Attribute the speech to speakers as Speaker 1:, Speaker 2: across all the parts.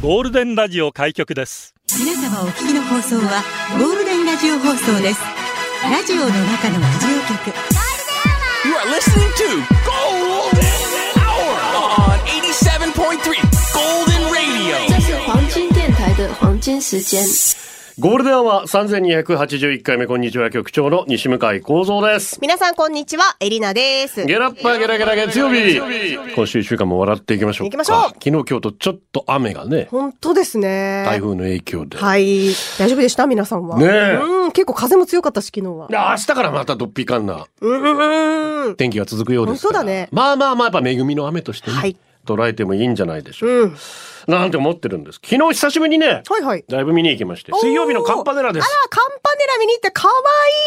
Speaker 1: ゴールデンラジオ開局です
Speaker 2: 皆様お聞きの放送はゴールデンラジオ放送ですラジオの中のラジオ局
Speaker 3: You are listening to Golden Hour on 87.3 Golden Radio.
Speaker 4: 这是黄金电台的黄金时间。
Speaker 5: ゴールデンは三千二百八十一回目こんにちは局長の西向井光三です。
Speaker 6: 皆さんこんにちは、エリナです。
Speaker 5: ゲラッパーゲラゲラ月曜日。今週一週間も笑っていきましょうか。
Speaker 6: 行きましょう
Speaker 5: 昨日今日とちょっと雨がね、
Speaker 6: 本当ですね。
Speaker 5: 台風の影響で。
Speaker 6: はい。大丈夫でした皆さんは。
Speaker 5: ねえ
Speaker 6: うん、結構風も強かったし、昨日は
Speaker 5: で。明日からまたどっぴかんな
Speaker 6: うんうんうん。
Speaker 5: 天気が続くようですから。
Speaker 6: 本当だね
Speaker 5: まあまあまあやっぱ恵みの雨としてね、
Speaker 6: はい
Speaker 5: 捉えてもいいんじゃないでしょうか。
Speaker 6: うん。
Speaker 5: なんて思ってるんです。昨日久しぶりにね、
Speaker 6: はいはい。
Speaker 5: だいぶ見に行きまして、水曜日のカンパネラです
Speaker 6: あ。ら、カンパネラ見に行って、かわい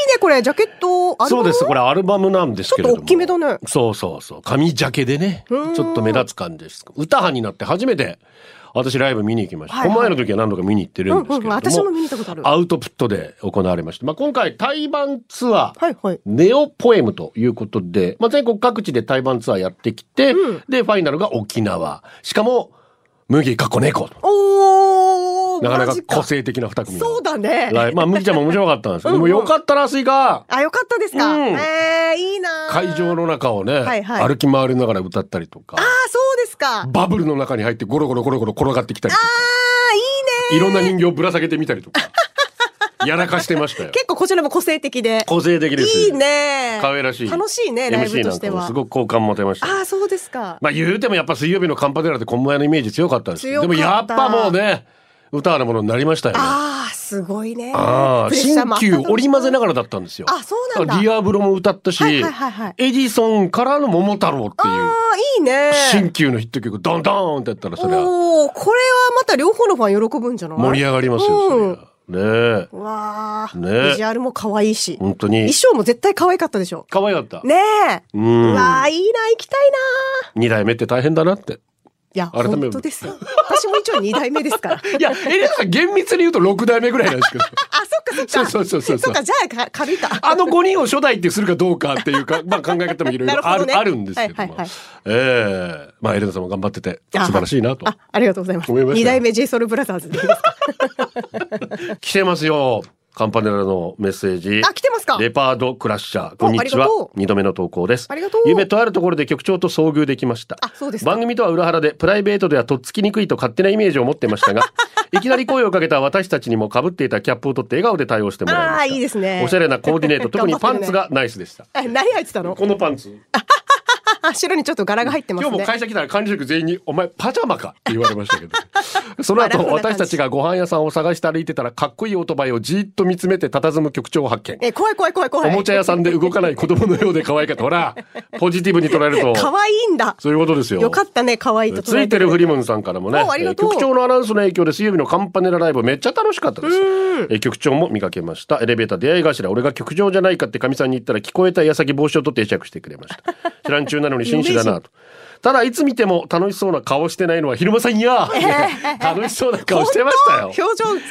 Speaker 6: いね、これ。ジャケット。あの
Speaker 5: そうです。これアルバムなんですけれども。
Speaker 6: ちょっと大きめだね
Speaker 5: そうそうそう。紙ジャケでね。ち
Speaker 6: うん
Speaker 5: ょっと目立つ感じです。歌派になって初めて、私ライブ見に行きました。
Speaker 6: はいはい
Speaker 5: この前の時は何度か見に行ってるんですけれども。
Speaker 6: うんうん私も見に行ったことある
Speaker 5: アウトプットで行われました。まあ今回、対バンツアー。
Speaker 6: はいはい。
Speaker 5: ネオポエムということで、まあ、全国各地で対バンツアーやってきて、
Speaker 6: うん
Speaker 5: で、ファイナルが沖縄。しかも、麦かっこ猫と。
Speaker 6: おー、
Speaker 5: なかな
Speaker 6: マ
Speaker 5: か
Speaker 6: ジ
Speaker 5: 個性的な二組の。
Speaker 6: そうだね。
Speaker 5: ライブまあ、麦ちゃんも面白かったんですけど、
Speaker 6: うんうん
Speaker 5: でもよかったら、スイカ
Speaker 6: あ、よかったですか。
Speaker 5: うん
Speaker 6: えー、いいなー
Speaker 5: 会場。の中をね、
Speaker 6: はいはい
Speaker 5: 歩き回りながら歌ったりとか
Speaker 6: あー、そうですか。あー、いいね
Speaker 5: バブルの中に入ってゴロゴロゴロゴロ転がってきたりとかいろんな人形をぶら下げてみたりと かやらかしてましたよ
Speaker 6: 結構こちらも個性的で。
Speaker 5: 個性的です
Speaker 6: いいね
Speaker 5: 可愛らしい
Speaker 6: 楽しいね、ライブ
Speaker 5: MC
Speaker 6: と
Speaker 5: な
Speaker 6: し
Speaker 5: ん
Speaker 6: て
Speaker 5: かも
Speaker 6: は
Speaker 5: す。ごく好感持てました
Speaker 6: ああ、そうですか。
Speaker 5: まあ言うてもやっぱ水曜日のカンパネラってこんまやのイメージ強かったですけどで
Speaker 6: 強か
Speaker 5: も
Speaker 6: った
Speaker 5: やっぱもうね歌のものになりましたよね
Speaker 6: ああ、すごいね。
Speaker 5: ああ
Speaker 6: プレッシャーも
Speaker 5: 新
Speaker 6: あった
Speaker 5: 旧
Speaker 6: と思う
Speaker 5: 織り交ぜながらだったんですよ
Speaker 6: あ、そうなんだ。
Speaker 5: ディアブロも歌ったし、
Speaker 6: はいはいはいはい
Speaker 5: エジソンからの桃太郎っていう
Speaker 6: ああ、いいね。
Speaker 5: 新旧のヒット曲ドンドーンってやったらそれは
Speaker 6: おお、これはまた両方のファン喜ぶんじゃない
Speaker 5: 盛り上がりますよ、
Speaker 6: う
Speaker 5: そ
Speaker 6: ん
Speaker 5: りゃ。ねえ。
Speaker 6: わあ、
Speaker 5: ね
Speaker 6: ビジュアルも可愛いし。
Speaker 5: 本当に
Speaker 6: 衣。装も絶対可愛かったでしょ。
Speaker 5: 可愛かった。
Speaker 6: ねえ。
Speaker 5: う。
Speaker 6: うんわあ、いいな、行きたいな。
Speaker 5: 二代目って大変だなって。
Speaker 6: いや、
Speaker 5: 改め
Speaker 6: 本当ですよ。私も一応二代目ですから。
Speaker 5: いや、エリナさん厳密に言うと六代目ぐらいなん ですけど。
Speaker 6: あ、そっかそっか。
Speaker 5: そうそうそうそう
Speaker 6: そっか、じゃあか軽いか。
Speaker 5: あの五人を初代ってするかどうかっていうか、まあ考え方もいろい
Speaker 6: なる
Speaker 5: ろ
Speaker 6: ほ
Speaker 5: ある
Speaker 6: どね
Speaker 5: あるんですけども。
Speaker 6: はいはいはい
Speaker 5: ええまあエリナさんも頑張ってて素晴らしいなと。
Speaker 6: あ、ありがとうございます。
Speaker 5: 思いましたよ
Speaker 6: 二代目 J ソルブラザーズ でいいですか。
Speaker 5: 来てますよ。カンパネラのメッセージ。
Speaker 6: あ来てますか
Speaker 5: レパードクラッシャー。こんにち
Speaker 6: ありが
Speaker 5: は
Speaker 6: と。う
Speaker 5: 二度目の投稿です。
Speaker 6: ありがとう
Speaker 5: 夢とあるところで局長と遭遇できました。
Speaker 6: あそうですか
Speaker 5: 番組とは裏腹で、プライベートではとっつきにくいと勝手なイメージを持ってました が、いきなり声をかけた私たちにも被っていたキャップを取って笑顔で対応してもらいました。
Speaker 6: あーいいですね
Speaker 5: おしゃれなコーディネート、特にパンツがナイスで した。
Speaker 6: え何入ってたの
Speaker 5: このパンツ。
Speaker 6: あ、白にちょっと柄が入ってます
Speaker 5: 今
Speaker 6: ね。
Speaker 5: 日も会社来たら管理職全員に「お前パジャマか」って言われましたけ どその後
Speaker 6: まあ楽な
Speaker 5: 私
Speaker 6: 感じ
Speaker 5: たちがご飯屋さんを探して歩いてたらかっこいいオートバイをじーっと見つめて佇む局長を発見
Speaker 6: え、怖い怖い怖い怖
Speaker 5: お
Speaker 6: い。
Speaker 5: もちゃ屋さんで動かない子供のようで可愛かったほ らポジティブに捉えると
Speaker 6: 可愛いんだ。
Speaker 5: そういうことですよ
Speaker 6: よかったね、可愛いと
Speaker 5: ついてるフリモンさんからもね
Speaker 6: おありがと
Speaker 5: え
Speaker 6: う
Speaker 5: ー局長のアナウンスの影響で水曜日のカンパネラライブめっちゃ楽しかったですえー局長も見かけましたエレベーター出会い頭俺が局長じゃないかってかみさんに言ったら聞こえた矢先帽子を取って会釈してくれました 知らん中なのに紳士だなとただいつ見ても楽しそうな顔してないのは昼間さんや楽しそうな顔してましたよ
Speaker 6: 表情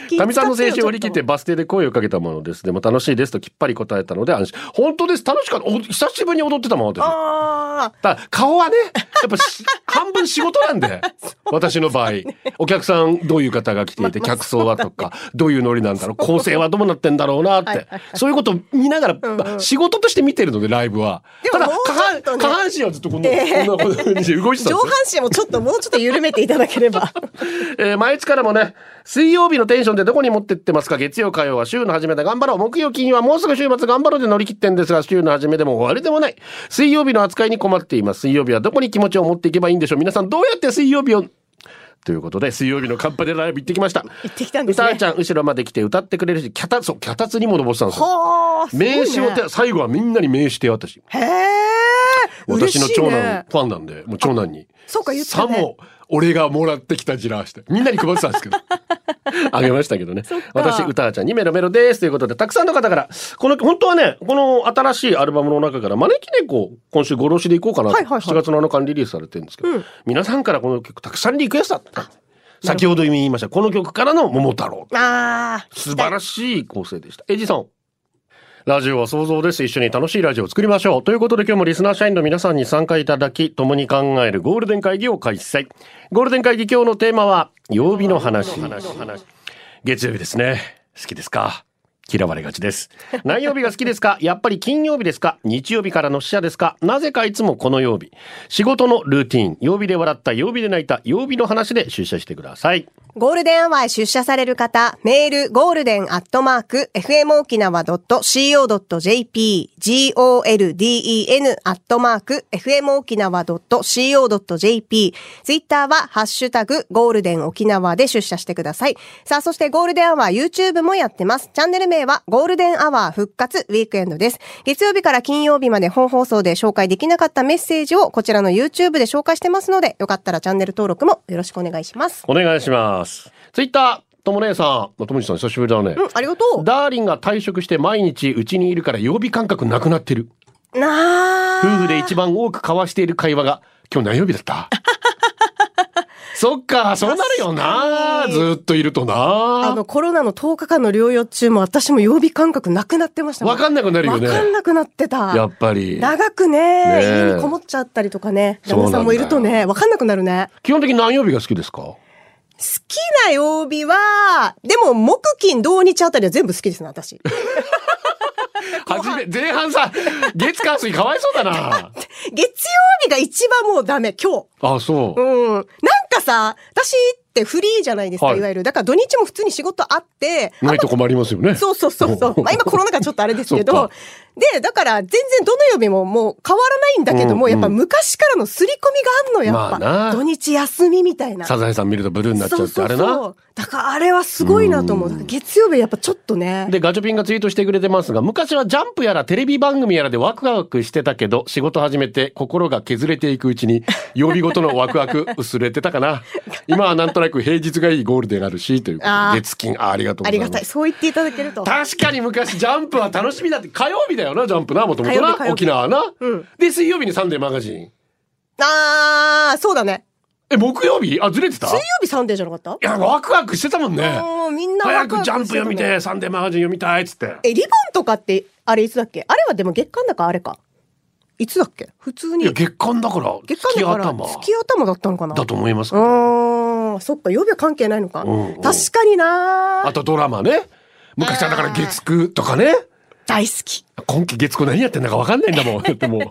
Speaker 6: つき。
Speaker 5: かみさんの精神を振り切って
Speaker 6: ちょ
Speaker 5: バス停で声をかけたものですでも楽しいですときっぱり答えたので安心本当です楽しかったお久しぶりに踊ってたもん私
Speaker 6: と。あ
Speaker 5: ただ顔はねやっぱし半分仕事なん で私の場合お客さんどういう方が来ていて客層はとかどういうノリなんだろう構成はどうなってんだろうなってそういうことを見ながら
Speaker 6: ん
Speaker 5: まあ仕事として見てるのでライブは
Speaker 6: でも
Speaker 5: ただ
Speaker 6: もう
Speaker 5: 下
Speaker 6: ちょっと
Speaker 5: 半
Speaker 6: ね
Speaker 5: 下半身はずっとこんなこんなこんな感じで動いてたん
Speaker 6: ー
Speaker 5: で
Speaker 6: 上
Speaker 5: す
Speaker 6: 半
Speaker 5: よ
Speaker 6: 身もちょっともうちょっと緩めていただけ れば。
Speaker 5: えー毎月からもね水曜日のテンションでどこに持ってってますか月曜火曜は週の初めで頑張ろう木曜金曜はもうすぐ週末頑張ろうで乗り切ってんですが週の初めでも終わりでもない水曜日の扱いに困っています水曜日はどこに気持ちを持っていけばいいんでしょう皆さんどうやって水曜日をということで水曜日のカンパネラライブ行ってきました
Speaker 6: 行ってきたんですね
Speaker 5: 歌ちゃん後ろまで来て歌ってくれるしキャタそうキャタツにも登ってたんですよ
Speaker 6: はあ。すごいね
Speaker 5: 名刺を手最後はみんなに名刺手渡し
Speaker 6: へえ。嬉
Speaker 5: 私の
Speaker 6: しい
Speaker 5: 長男
Speaker 6: ね
Speaker 5: ファンなんで、もう長男に。
Speaker 6: そうか言ってた
Speaker 5: さ
Speaker 6: ね
Speaker 5: も、俺がもらってきたジラーして。みんなに配ってたん ですけど。あげましたけどね
Speaker 6: そっか。
Speaker 5: 私、歌ちゃんにメロメロです。ということで、たくさんの方から、この、本当はね、この新しいアルバムの中から、招き猫、今週ごろしでいこうかなと。
Speaker 6: はいはいはい
Speaker 5: 7月7日にリリースされてるんですけど、
Speaker 6: うん
Speaker 5: 皆さんからこの曲、たくさんリクエストあったんです。先ほど言いました、この曲からの桃太郎。
Speaker 6: ああ。
Speaker 5: 素晴らしい構成でした。エジソン。ラジオは想像です。一緒に楽しいラジオを作りましょう。ということで今日もリスナー社員の皆さんに参加いただき、共に考えるゴールデン会議を開催。ゴールデン会議今日のテーマは、曜日の話。月曜日ですね。好きですか嫌われがちです。何曜日が好きですかやっぱり金曜日ですか日曜日からの死者ですかなぜかいつもこの曜日。仕事のルーティン。曜日で笑った、曜日で泣いた、曜日の話で出社してください。
Speaker 6: ゴールデンアワーへ出社される方、メール、ゴールデンアットマーク、fmokinawa.co.jp、golden アットマーク、fmokinawa.co.jp、ツイッターは、ハッシュタグ、ゴールデン沖縄で出社してください。さあ、そしてゴールデンアワー YouTube もやってます。チャンネル名は、ゴールデンアワー復活ウィークエンドです。月曜日から金曜日まで本放送で紹介できなかったメッセージを、こちらの YouTube で紹介してますので、よかったらチャンネル登録もよろしくお願いします。
Speaker 5: お願いします。ツイッター、とも姉さん。ともじさん久しぶりだね。
Speaker 6: うん、ありがと
Speaker 5: ダーリンが退職して毎日うちにいるから曜日感覚なくなってる。
Speaker 6: う。なあ。
Speaker 5: 夫婦で一番多く交わしている会話が、今日何曜日だった そっか、そうなるよな。ずーっといると
Speaker 6: あ
Speaker 5: な
Speaker 6: の、。コロナの10日間の療養中も私も曜日感覚なくなってましたも
Speaker 5: わかんなくなるよね
Speaker 6: わかんなくなってた。
Speaker 5: やっぱり。
Speaker 6: 長くね
Speaker 5: ねえ
Speaker 6: 家にこもっちゃったりとかね、
Speaker 5: そうなんだよ
Speaker 6: 旦那さんもいるとね、わかんなくなるね。
Speaker 5: 基本的に何曜日が好きですか
Speaker 6: 好きな曜日は、でも、木金土日あたりは全部好きですね、 私。
Speaker 5: 初め、前半さ、月火水かわいそうだ な。
Speaker 6: 月曜日が一番もうダメ、今日。
Speaker 5: あ、そ
Speaker 6: うん。なんかさ、私ってフリーじゃないですか、
Speaker 5: はい
Speaker 6: い、わゆる。だから土日も普通に仕事あって、
Speaker 5: う。ないと困ります よね。
Speaker 6: そうそうそうそう。まあ今コロナ禍ちょっとあれですけ
Speaker 5: そっ
Speaker 6: ど
Speaker 5: か。
Speaker 6: で、だから全然どの曜日ももう変わらないんだけども、
Speaker 5: うんうん
Speaker 6: やっぱ昔からの刷り込みがあんの、
Speaker 5: まあ
Speaker 6: や
Speaker 5: な
Speaker 6: っぱ。土日休みみたいな。
Speaker 5: サザエさん見るとブルーになっちゃうってあれな。
Speaker 6: う。だからあれはすごいなと思う。だから月曜日やっぱちょっとね。
Speaker 5: で、ガチョピンがツイートしてくれてますが、昔はジャンプやらテレビ番組やらでワクワクしてたけど、仕事始めて心が削れていくうちに、曜日ごとのワクワク薄れてたか な。今はなんとなく平日がいいゴールデンあるし、ということで
Speaker 6: あー
Speaker 5: 月金あ、ありがとうござ
Speaker 6: あり
Speaker 5: います。
Speaker 6: がたい。そう言っていただけると。
Speaker 5: 確かに昔ジャンプは楽しみだって、火曜日だよな、ジャンプな、もともと
Speaker 6: 火曜
Speaker 5: な
Speaker 6: 日火、曜日
Speaker 5: 沖縄な、
Speaker 6: うん
Speaker 5: で、水曜日にサンデーマガジン。
Speaker 6: あー、そうだね。
Speaker 5: え、木曜日あ、ずれてた
Speaker 6: 水曜
Speaker 5: い
Speaker 6: 日サンデーじゃなかった
Speaker 5: や、ワクワクしてたもんね。
Speaker 6: もうみんなワ
Speaker 5: 早
Speaker 6: クワ
Speaker 5: く
Speaker 6: ク
Speaker 5: ジャンプ読み
Speaker 6: してた
Speaker 5: て、
Speaker 6: ね。
Speaker 5: サンデーマガジン読みたいっつって。
Speaker 6: え、リボンとかって、あれいつだっけあれはでも月間だからあれか。いつだっけ普通
Speaker 5: いや、
Speaker 6: に。
Speaker 5: 月間だから、
Speaker 6: 月間だ
Speaker 5: 月
Speaker 6: から
Speaker 5: 頭
Speaker 6: 月頭だったのかな
Speaker 5: だと思いますけど
Speaker 6: あーそっか曜日は関係ないのか、
Speaker 5: うんうん
Speaker 6: 確かにな
Speaker 5: あとドラマね。昔はだから月9とかね。
Speaker 6: 大好き
Speaker 5: 今期月9何やってんだかわかんないんだ もん。だってもう。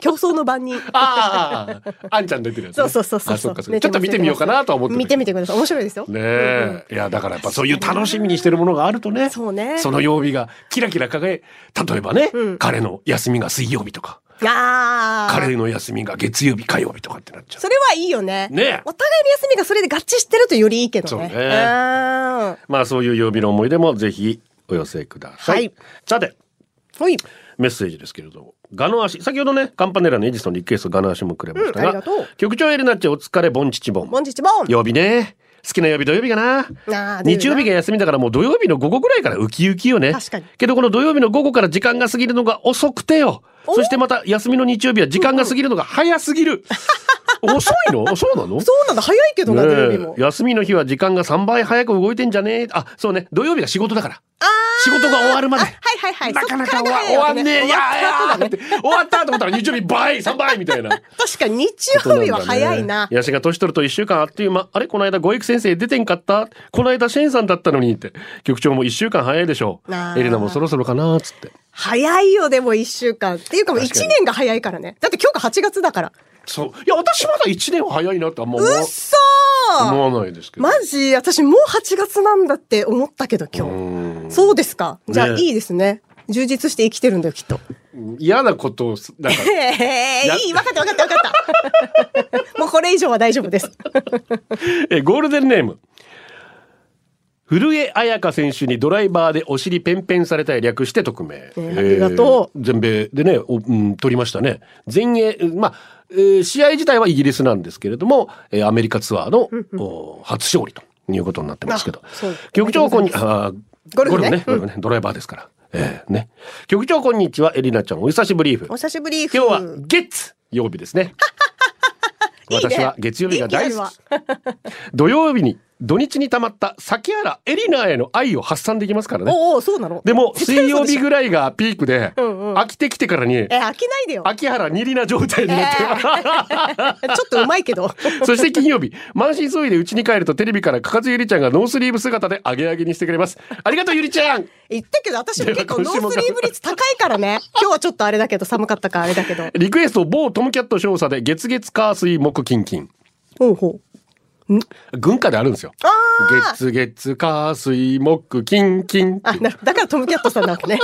Speaker 6: 競争の番人
Speaker 5: ああ、あんちゃん出てるやつ、ね。
Speaker 6: そうそうそうそう
Speaker 5: あそっかそっか
Speaker 6: 寝
Speaker 5: ちょ
Speaker 6: て
Speaker 5: っと
Speaker 6: ます
Speaker 5: 見てみようかなとは思ってる
Speaker 6: 見てみてください面白いですよ
Speaker 5: ねえ、いやだからやっぱそういう楽しみにしてるものがあるとね
Speaker 6: そうね
Speaker 5: その曜日がキラキラ輝い例えばね、
Speaker 6: うん
Speaker 5: 彼の休みが水曜日とか
Speaker 6: ああ
Speaker 5: 彼の休みが月曜日火曜日とかってなっちゃう
Speaker 6: それはいいよね
Speaker 5: ねえ
Speaker 6: お互いの休みがそれで合致してるとよりいいけどね
Speaker 5: そうね
Speaker 6: あ
Speaker 5: まあそういう曜日の思い出もぜひお寄せください、
Speaker 6: はい
Speaker 5: さて
Speaker 6: ーほい
Speaker 5: メッセージですけれども、ガノアシ、先ほどね、カンパネラのエジソンリクエストガノアシもくれました
Speaker 6: うんあり
Speaker 5: が
Speaker 6: がとう、
Speaker 5: 局長エルナッチお疲れ、ボンチチボン。
Speaker 6: 本日も
Speaker 5: 曜日ね。好きな曜日土曜日かな。
Speaker 6: あー土曜日な
Speaker 5: 日曜日が休みだからもう土曜日の午後ぐらいからウキウキよね。
Speaker 6: 確かに
Speaker 5: けどこの土曜日の午後から時間が過ぎるのが遅くてよ。
Speaker 6: お
Speaker 5: そしてまた休みの日曜日は時間が過ぎるのが早すぎる。 遅いのそうなの
Speaker 6: そうなんだ早いけどな、土曜日
Speaker 5: ね
Speaker 6: も
Speaker 5: え、休みの日は時間が3倍早く動いてんじゃねえあそうね土曜日が仕事だから
Speaker 6: あー
Speaker 5: 仕事が終わるまで
Speaker 6: あはいはいはい
Speaker 5: なかなか終わ
Speaker 6: そっ
Speaker 5: 終わ
Speaker 6: からが早いわけ
Speaker 5: んねえいやいやーって終わったと思ったら日曜日倍3倍みたい な。
Speaker 6: 確かに日曜日は早いな
Speaker 5: ヤシが年取ると1週間あっという間。あれこの間、ご育先生出てんかったこの間、シェンさんだったのにって。局長も1週間早いでしょう
Speaker 6: あ。ー
Speaker 5: エレナもそろそろかなーっつって。
Speaker 6: 早いよでも1週間っていうかもう1
Speaker 5: 確かに
Speaker 6: 年が早いからねだって今日が8月だから
Speaker 5: そう。いや、私まだ1年は早いなってあんま思
Speaker 6: う
Speaker 5: わ
Speaker 6: っそー
Speaker 5: 思わないですけど。
Speaker 6: マジ私もう8月なんだって思ったけど今
Speaker 5: うん
Speaker 6: 日。そうですか。じゃあ
Speaker 5: ね
Speaker 6: いいですね。充実して生きてるんだよきっ と。、
Speaker 5: 嫌なことをす、なんか
Speaker 6: へ
Speaker 5: や
Speaker 6: ーいい、わかったわかったわかった。 もうこれ以上は大丈夫です。
Speaker 5: え、ゴールデンネーム。古江彩佳選手にドライバーでお尻ペンペンされたい略して匿名。
Speaker 6: ありがと
Speaker 5: う。全米でね、おうん、取りましたね。全英、うんまあ、えー試合自体はイギリスなんですけれども、えーアメリカツアーのお初勝利ということになってますけど
Speaker 6: あそう。
Speaker 5: 局長、こんに、
Speaker 6: あり
Speaker 5: あー
Speaker 6: ゴルフね
Speaker 5: ゴルフねドライバーですから。えーね。局長、こんにちは。エリナちゃん、お久しぶりーふ
Speaker 6: お久しぶり。
Speaker 5: 今日は
Speaker 6: ふう
Speaker 5: 月曜日ですね。
Speaker 6: いいね
Speaker 5: 私は月曜日が大
Speaker 6: いいね
Speaker 5: 好き。土曜日に、土日に溜まった崎原エリナへの愛を発散できますからね。
Speaker 6: おうおうそうなの
Speaker 5: でも、水曜日
Speaker 6: らい
Speaker 5: ぐらいがピークで、
Speaker 6: うんうん
Speaker 5: 飽きてきてからに、
Speaker 6: え飽きないでよ
Speaker 5: 秋原二里な状態になって、
Speaker 6: ちょっとうま いけど
Speaker 5: そして金曜日、満身創痍で家に帰るとテレビからかかずゆりちゃんがノースリーブ姿でアゲアゲにしてくれます。ありがとうゆりちゃん
Speaker 6: 言ったけど私も結構ノースリーブ率高いからね今日はちょっとあれだけど寒かったからあれだけど
Speaker 5: リクエスト某トムキャット少佐で月月火水木金金。
Speaker 6: ほうほう
Speaker 5: 軍歌であるんですよ。
Speaker 6: ああ
Speaker 5: 月月火水木金金。
Speaker 6: あなだからトムキャットさんなわ けね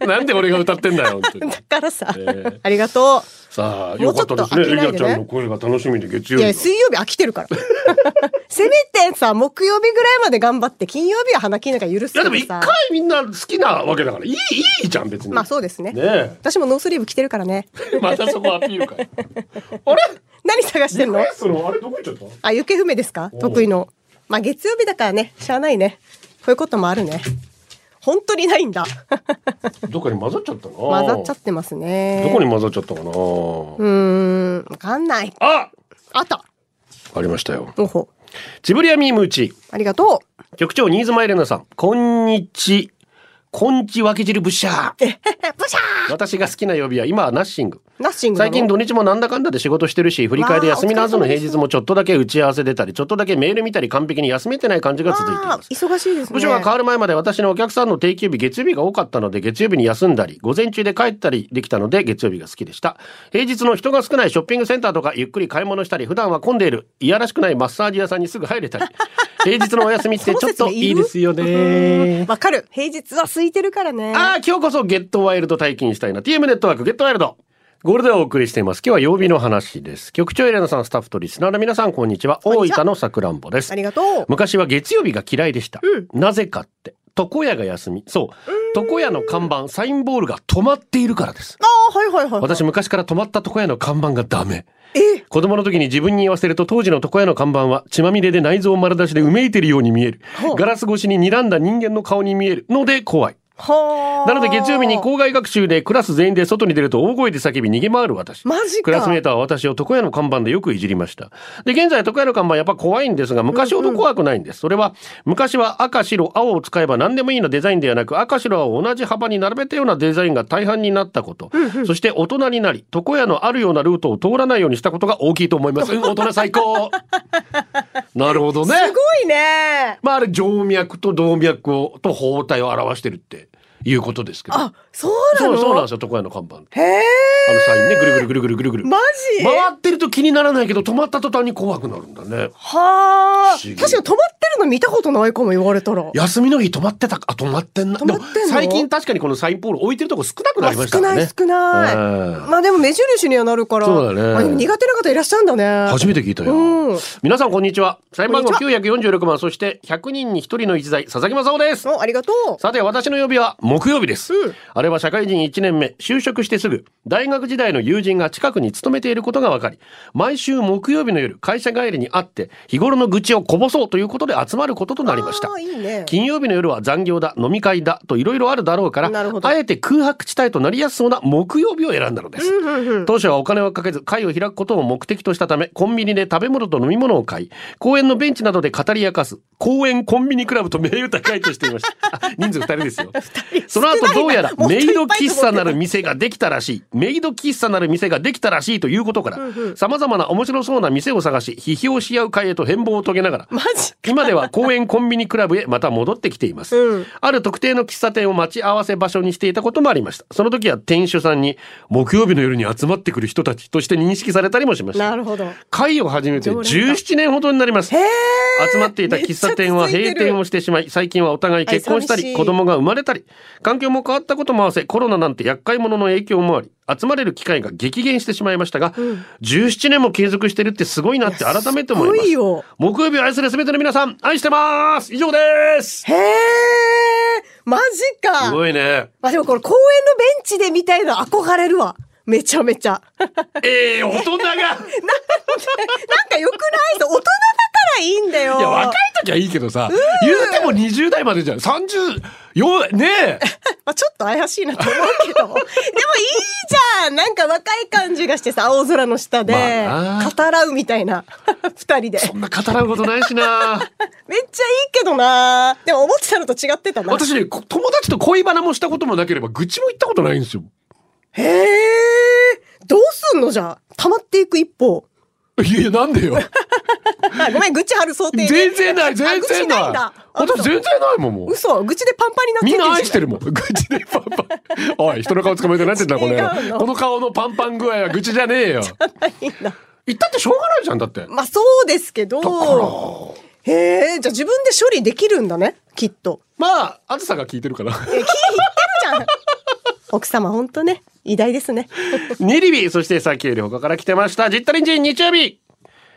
Speaker 5: なんで俺が歌ってんだよ、本当に
Speaker 6: だ。からさ、
Speaker 5: ー
Speaker 6: ありがと
Speaker 5: さあ、
Speaker 6: も
Speaker 5: よ
Speaker 6: うち
Speaker 5: か
Speaker 6: ょっ
Speaker 5: った
Speaker 6: と
Speaker 5: ですね。
Speaker 6: 飽き
Speaker 5: エ
Speaker 6: ないでね
Speaker 5: リアちゃんの声が楽しみで月
Speaker 6: う
Speaker 5: 曜
Speaker 6: い
Speaker 5: 日は。
Speaker 6: や水曜日飽きてるから せめてさ木曜日ぐらいまで頑張って金曜日は花金なんか許す
Speaker 5: いやでも
Speaker 6: けど
Speaker 5: 一
Speaker 6: さ
Speaker 5: 回みんな好きなわけだからいいいいじゃん別に。
Speaker 6: まあそうですね
Speaker 5: ねえ。
Speaker 6: 私もノースリーブ着てるからね
Speaker 5: またそこアピールかよ。あれ
Speaker 6: 何探してんの
Speaker 5: リクエストのあれどこ行っちゃった
Speaker 6: あ、行方不明ですか
Speaker 5: おう
Speaker 6: 得意の。まあ、月曜日だからね、しゃあないね。こういうこともあるね。本当にないんだ。
Speaker 5: どっかに混ざっちゃったな。
Speaker 6: 混ざっちゃってますね。
Speaker 5: どこに混ざっちゃったかな。
Speaker 6: うーん、わかんない。
Speaker 5: あ
Speaker 6: あった。
Speaker 5: ありましたよ。
Speaker 6: おほ。
Speaker 5: チブリアミームーチ。
Speaker 6: ありがとう。
Speaker 5: 局長、新妻エレナさん。こんにち。こんちわけ汁ブッシャー。
Speaker 6: ブシャ
Speaker 5: 私が好きな曜日は今はナッシング。
Speaker 6: ーナッシングな
Speaker 5: 最
Speaker 6: の
Speaker 5: 近土日もなんだかんだで仕事してるし、振り替えで休みのはずの平日もちょっとだけ打ち合わせ出たり、ちょっとだけメール見たり完璧に休めてない感じが続いてい
Speaker 6: あ
Speaker 5: ます。
Speaker 6: ー忙しいですね。
Speaker 5: 部署が変わる前まで私のお客さんの定休日月曜日が多かったので月曜日に休んだり午前中で帰ったりできたので月曜日が好きでした平日の人が少ないショッピングセンターとかゆっくり買い物したり普段は混んでいるいやらしくないマッサージ屋さんにすぐ入れ たり平日のお休みってちょっといいですよね
Speaker 6: わかる。平日は空いてるからね。
Speaker 5: ああ今日こそゲットワイルド体験したいな TM ネットワークゲットワイルドゴールデンをお送りしています今日は曜日の話です局長エレナさんスタッフとリスナーの皆さんこんにちは
Speaker 6: こん
Speaker 5: 大
Speaker 6: にちは
Speaker 5: 分のさくらんぼです
Speaker 6: ありがとう。
Speaker 5: 昔は月曜日が嫌いでした、なぜかって床屋が休みそう床屋の看板サインボールが止まっているからです
Speaker 6: ああ、はいはいはい。
Speaker 5: 私昔から止まった床屋の看板がダメ
Speaker 6: え
Speaker 5: 子供の時に自分に言わせると当時の床屋の看板は血まみれで内臓丸出しでうめいてるように見える
Speaker 6: ほう
Speaker 5: ガラス越しに睨んだ人間の顔に見えるので怖い
Speaker 6: はあ。
Speaker 5: なので月曜日に校外学習でクラス全員で外に出ると大声で叫び逃げ回る私
Speaker 6: マジか
Speaker 5: クラスメーターは私を床屋の看板でよくいじりましたで現在床屋の看板やっぱ怖いんですが昔ほど怖くないんです、それは昔は赤白青を使えば何でもいいのデザインではなく赤白青を同じ幅に並べたようなデザインが大半になったこと、そして大人になり床屋のあるようなルートを通らないようにしたことが大きいと思い ます、うん大人最高なるほどね
Speaker 6: すごいね。
Speaker 5: まああれ静脈と動脈をと包帯を表してるっていうことですけど
Speaker 6: あ、そうな
Speaker 5: そ
Speaker 6: の
Speaker 5: うそうなんですよ床屋の看板
Speaker 6: へえ。
Speaker 5: あのサインねぐるぐるぐるぐるぐるぐる
Speaker 6: マジ
Speaker 5: 回ってると気にならないけど止まった途端に怖くなるんだね
Speaker 6: はあ。
Speaker 5: 不思議
Speaker 6: 確かに止まってるの見たことないかも言われたら。
Speaker 5: 休みの日止まってたあ止まってんな
Speaker 6: 止まってんの
Speaker 5: でも最近確かにこのサインポール置いてるとこ少なくなりま
Speaker 6: あ
Speaker 5: した
Speaker 6: 少
Speaker 5: から
Speaker 6: な
Speaker 5: ね
Speaker 6: い少ない。
Speaker 5: うん
Speaker 6: まあでも目印にはなるから。
Speaker 5: そうだね
Speaker 6: あでも苦手な方いらっしゃるんだね。
Speaker 5: 初めて聞いたよ、
Speaker 6: うん
Speaker 5: 皆さんこんにちはサイン番号
Speaker 6: こん
Speaker 5: 946番そして100人に1人の逸材佐々木正夫です
Speaker 6: おありがとう。
Speaker 5: さて私の曜日は木曜日です、
Speaker 6: うん
Speaker 5: あれは社会人1年目就職してすぐ大学時代の友人が近くに勤めていることが分かり毎週木曜日の夜会社帰りに会って日頃の愚痴をこぼそうということで集まることとなりました
Speaker 6: あーいいね。
Speaker 5: 金曜日の夜は残業だ飲み会だといろいろあるだろうから
Speaker 6: なるほど
Speaker 5: あえて空白地帯となりやすそうな木曜日を選んだのです、当初はお金をかけず会を開くことを目的としたためコンビニで食べ物と飲み物を買い公園のベンチなどで語り明かす公園コンビニクラブと名誉高いとしていました あ人数2人ですよその後どうやら
Speaker 6: もっと
Speaker 5: メ
Speaker 6: い
Speaker 5: イ
Speaker 6: っ
Speaker 5: ド
Speaker 6: ぱい
Speaker 5: 喫茶なる店ができたらしいメイド喫茶なる店ができたらしいということからさまざまな面白そうな店を探し批評し合う会へと変貌を遂げながら
Speaker 6: マジ。
Speaker 5: 今では公園コンビニクラブへまた戻ってきています、
Speaker 6: うん
Speaker 5: ある特定の喫茶店を待ち合わせ場所にしていたこともありましたその時は店主さんに木曜日の夜に集まってくる人たちとして認識されたりもしまし
Speaker 6: な
Speaker 5: た
Speaker 6: るほど。へ
Speaker 5: 会を始めて
Speaker 6: 常連だ
Speaker 5: 17年ほどになります
Speaker 6: え。
Speaker 5: 集まっていた喫茶店は閉店をしてしまい最近はお互い結婚した
Speaker 6: あ
Speaker 5: り
Speaker 6: 寂しい
Speaker 5: 子供が生まれたり環境も変わったことも合わせコロナなんて厄介者の影響もあり集まれる機会が激減してしまいましたが、17年も継続してるってすごいなって改めて思います
Speaker 6: すごいよ。
Speaker 5: 木曜日を愛するすべての皆さん愛してます以上です
Speaker 6: へえ。マジ
Speaker 5: す
Speaker 6: か。
Speaker 5: ごいね
Speaker 6: まあでもこれ公園のベンチでみたいな憧れるわ。めちゃめちゃ。
Speaker 5: ええ大人が
Speaker 6: なんか良くないぞ。大人だからいいんだよ。
Speaker 5: いや若い時はいいけどさ言うても20代までじゃん34ねえ
Speaker 6: まあ、ちょっと怪しいなと思うけど。でも いいじゃんなんか若い感じがしてさ、青空の下で、
Speaker 5: まあな
Speaker 6: 語らうみたいな、 二人で。
Speaker 5: そんな語らうことないしな
Speaker 6: めっちゃいいけどなでも思ってたのと違ってたな。
Speaker 5: 私ねこ友達と恋バナもしたこともなければ愚痴も言ったことないんですよ
Speaker 6: へえ、どうすんのじゃあ溜まっていく一方。
Speaker 5: いやいやなんでよ
Speaker 6: あごめん、愚痴張る想定ね
Speaker 5: 全然ない
Speaker 6: あ
Speaker 5: 全
Speaker 6: 愚痴
Speaker 5: 然
Speaker 6: ない
Speaker 5: な
Speaker 6: んだ
Speaker 5: い。私全然ないもんもう
Speaker 6: 嘘、愚痴でパンパンになって
Speaker 5: みん
Speaker 6: る
Speaker 5: な愛してるもん。愚痴でパンパン。おい、人の顔捕まえてなんてんだ、この
Speaker 6: 違う
Speaker 5: 野郎
Speaker 6: の
Speaker 5: この顔のパンパン具合は愚痴じゃねえ よ。
Speaker 6: みんな。
Speaker 5: 言ったってしょうがないじゃん、だって。
Speaker 6: まあそうですけど。
Speaker 5: だから。
Speaker 6: へえ、じゃあ自分で処理できるんだね、きっと。
Speaker 5: まあ、あずさが聞いてるから。
Speaker 6: え、聞いてるじゃん。 奥様ほんとね、偉大ですね。
Speaker 5: ニリビ、そしてさっきより他から来てました。ジッタリンジン日曜日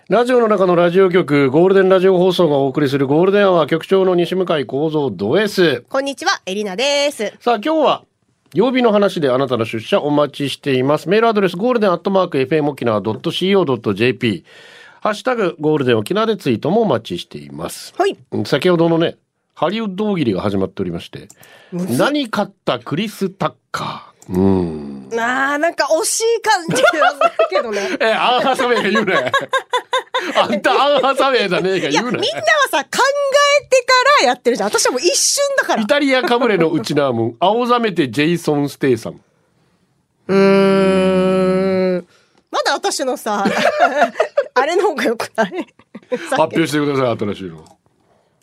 Speaker 5: ラジオの中のラジオ局、ゴールデンラジオ放送がお送りするゴールデンは局長の西向井幸三ド S。
Speaker 6: こんにちは、エリナです。
Speaker 5: さあ、今日は、曜日の話であなたの出社お待ちしています。メールアドレス、ゴールデンアットマーク、FM 沖縄 .co.jp。ハッシュタグ、ゴールデン沖縄でツイートもお待ちしています。
Speaker 6: はい。
Speaker 5: うん先ほどのね、ハリウッド大喜利が始まっておりまして、何買ったクリス・タッカー。うん。
Speaker 6: なあ、なんか惜しい感じがするけ どね。
Speaker 5: え、アンハサウェイが言う ね。あんたアンハサウェイじゃねえか
Speaker 6: いや、
Speaker 5: 言
Speaker 6: み
Speaker 5: うん
Speaker 6: な
Speaker 5: ね
Speaker 6: は。さ、考えてからやってるじゃん。私はもう一瞬だから
Speaker 5: イ。タリアカブレのウチナームン、青ざめてジェイソン・ステイさん。
Speaker 6: うーん。まだ私の さ、あれの方がよくない
Speaker 5: 発表してください、新しいの。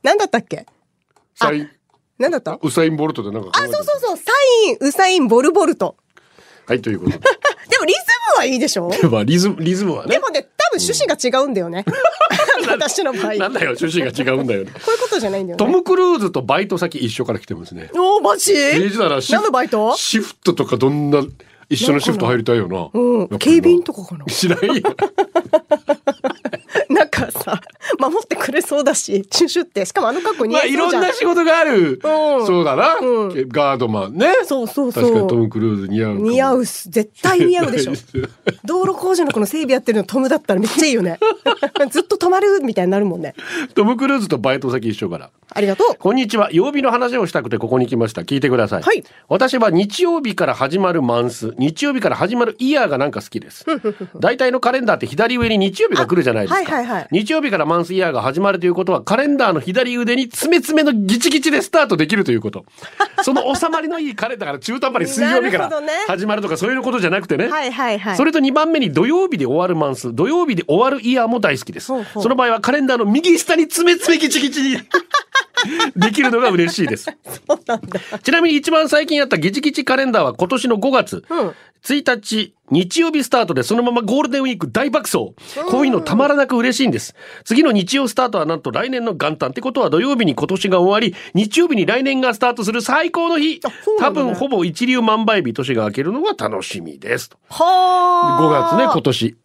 Speaker 6: 何だったっけ
Speaker 5: サイン、
Speaker 6: 何だったあ、
Speaker 5: ウサイン・ボルトでなんか考え
Speaker 6: そ
Speaker 5: て
Speaker 6: う
Speaker 5: る
Speaker 6: そうそう。サイン、ウサイン、ボルボルト。
Speaker 5: はい、ということ
Speaker 6: でもリズムはいいでしょ
Speaker 5: で。まあ、リズム、リズムは
Speaker 6: で
Speaker 5: ね。
Speaker 6: もね、多分趣旨が違うんだよね。私の場合。こういう
Speaker 5: なんだよ、趣旨が違うんだよね。
Speaker 6: ことじゃないんだよ
Speaker 5: ト
Speaker 6: ね。
Speaker 5: ム・クルーズとバイト先一緒から来てますね。
Speaker 6: おー、マジ
Speaker 5: えーだからシ
Speaker 6: 何のバイト
Speaker 5: シフトとかどんな、一緒のシフト入りたいよな。
Speaker 6: う
Speaker 5: やっぱ
Speaker 6: ん。
Speaker 5: りな
Speaker 6: 警備員とかかな
Speaker 5: しないよ。
Speaker 6: なんかさ、守ってくれそうだし、シュシュって。しかもあの格好似
Speaker 5: ま
Speaker 6: 合
Speaker 5: あ、
Speaker 6: い
Speaker 5: い
Speaker 6: そう
Speaker 5: ろ
Speaker 6: じゃ
Speaker 5: ん
Speaker 6: ん。
Speaker 5: な仕事がある。
Speaker 6: うん
Speaker 5: そうだな、
Speaker 6: う
Speaker 5: ガードマンね。
Speaker 6: そうそうそう。
Speaker 5: 確かにトム・クルーズ似合うかも。
Speaker 6: 似合うっす。絶対似合うでしょ。 道路工事のこの整備やってるのトムだったらめっちゃいいよね。 ずっと止まるみたいになるもんね。
Speaker 5: トム・クルーズとバイト先一緒から。
Speaker 6: ありがとう。
Speaker 5: こんにちは。曜日の話をしたくてここに来ました。聞いてください。
Speaker 6: はい
Speaker 5: 私は日曜日から始まるマンス、日曜日から始まるイヤーがなんか好き です。大体のカレンダーって左上に日曜日が来るじゃないですか。
Speaker 6: あはいはいはい
Speaker 5: 日曜日からマンスイヤーが始まるということは、カレンダーの左腕に爪爪のギチギチでスタートできるという こと。その収まりのいいカレンダーから中途半端に水曜日か
Speaker 6: なる
Speaker 5: ら
Speaker 6: ほどね
Speaker 5: 始まるとかそういうことじゃなくてね。
Speaker 6: はいはいはい。
Speaker 5: それと2番目に土曜日で終わるマンス、土曜日で終わるイヤーも大好きです。
Speaker 6: ほうほう
Speaker 5: その場合はカレンダーの右下に爪爪ギチギチに できるのが嬉しい です。
Speaker 6: そうなんだ。
Speaker 5: ちなみに一番最近やったギチギチカレンダーは今年の5月、
Speaker 6: うん
Speaker 5: 1日日曜日スタートでそのままゴールデンウィーク大爆走。こういうのたまらなく嬉しいんです。次の日曜スタートはなんと来年の元旦ってことは土曜日に今年が終わり、日曜日に来年がスタートする最高の日。
Speaker 6: そうな
Speaker 5: 多
Speaker 6: んだね
Speaker 5: 分ほぼ一流万倍日年が明けるのが楽しみです。5
Speaker 6: は
Speaker 5: 月
Speaker 6: あ。
Speaker 5: ね、今年。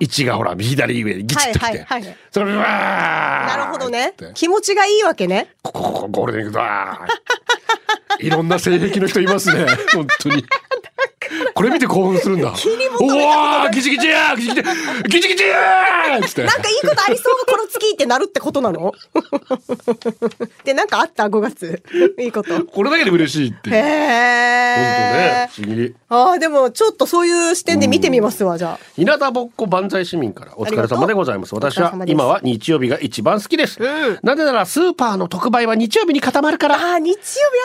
Speaker 5: 1がほら、左上にギチッときて。
Speaker 6: はいはいはい
Speaker 5: それ、うわー
Speaker 6: なるほどね
Speaker 5: って。
Speaker 6: 気持ちがいいわけね。
Speaker 5: ここ、ここ、ゴールデンウィークだー いろんな性癖の人います ね。本当に。これ見て興奮するんだ。おわーギチギチやーギチギチギチギチやーつって。
Speaker 6: なんかいいことありそうこの月ってなるってことなの で、なんかあった ?5 月。いいこと。
Speaker 5: これだけで嬉しいって
Speaker 6: へ
Speaker 5: いう。本当
Speaker 6: え
Speaker 5: ね。。不思議。
Speaker 6: ああ、でもちょっとそういう視点で見てみますわ、じゃあ。
Speaker 5: 日向ぼっこ万歳市民からお疲れ様でございます。
Speaker 6: ありが
Speaker 5: 私
Speaker 6: とう
Speaker 5: は
Speaker 6: お疲れ様です
Speaker 5: 今は日曜日が一番好きです。
Speaker 6: うん
Speaker 5: なぜならスーパーの特売は日曜日に固まるから。
Speaker 6: ああ、日曜日や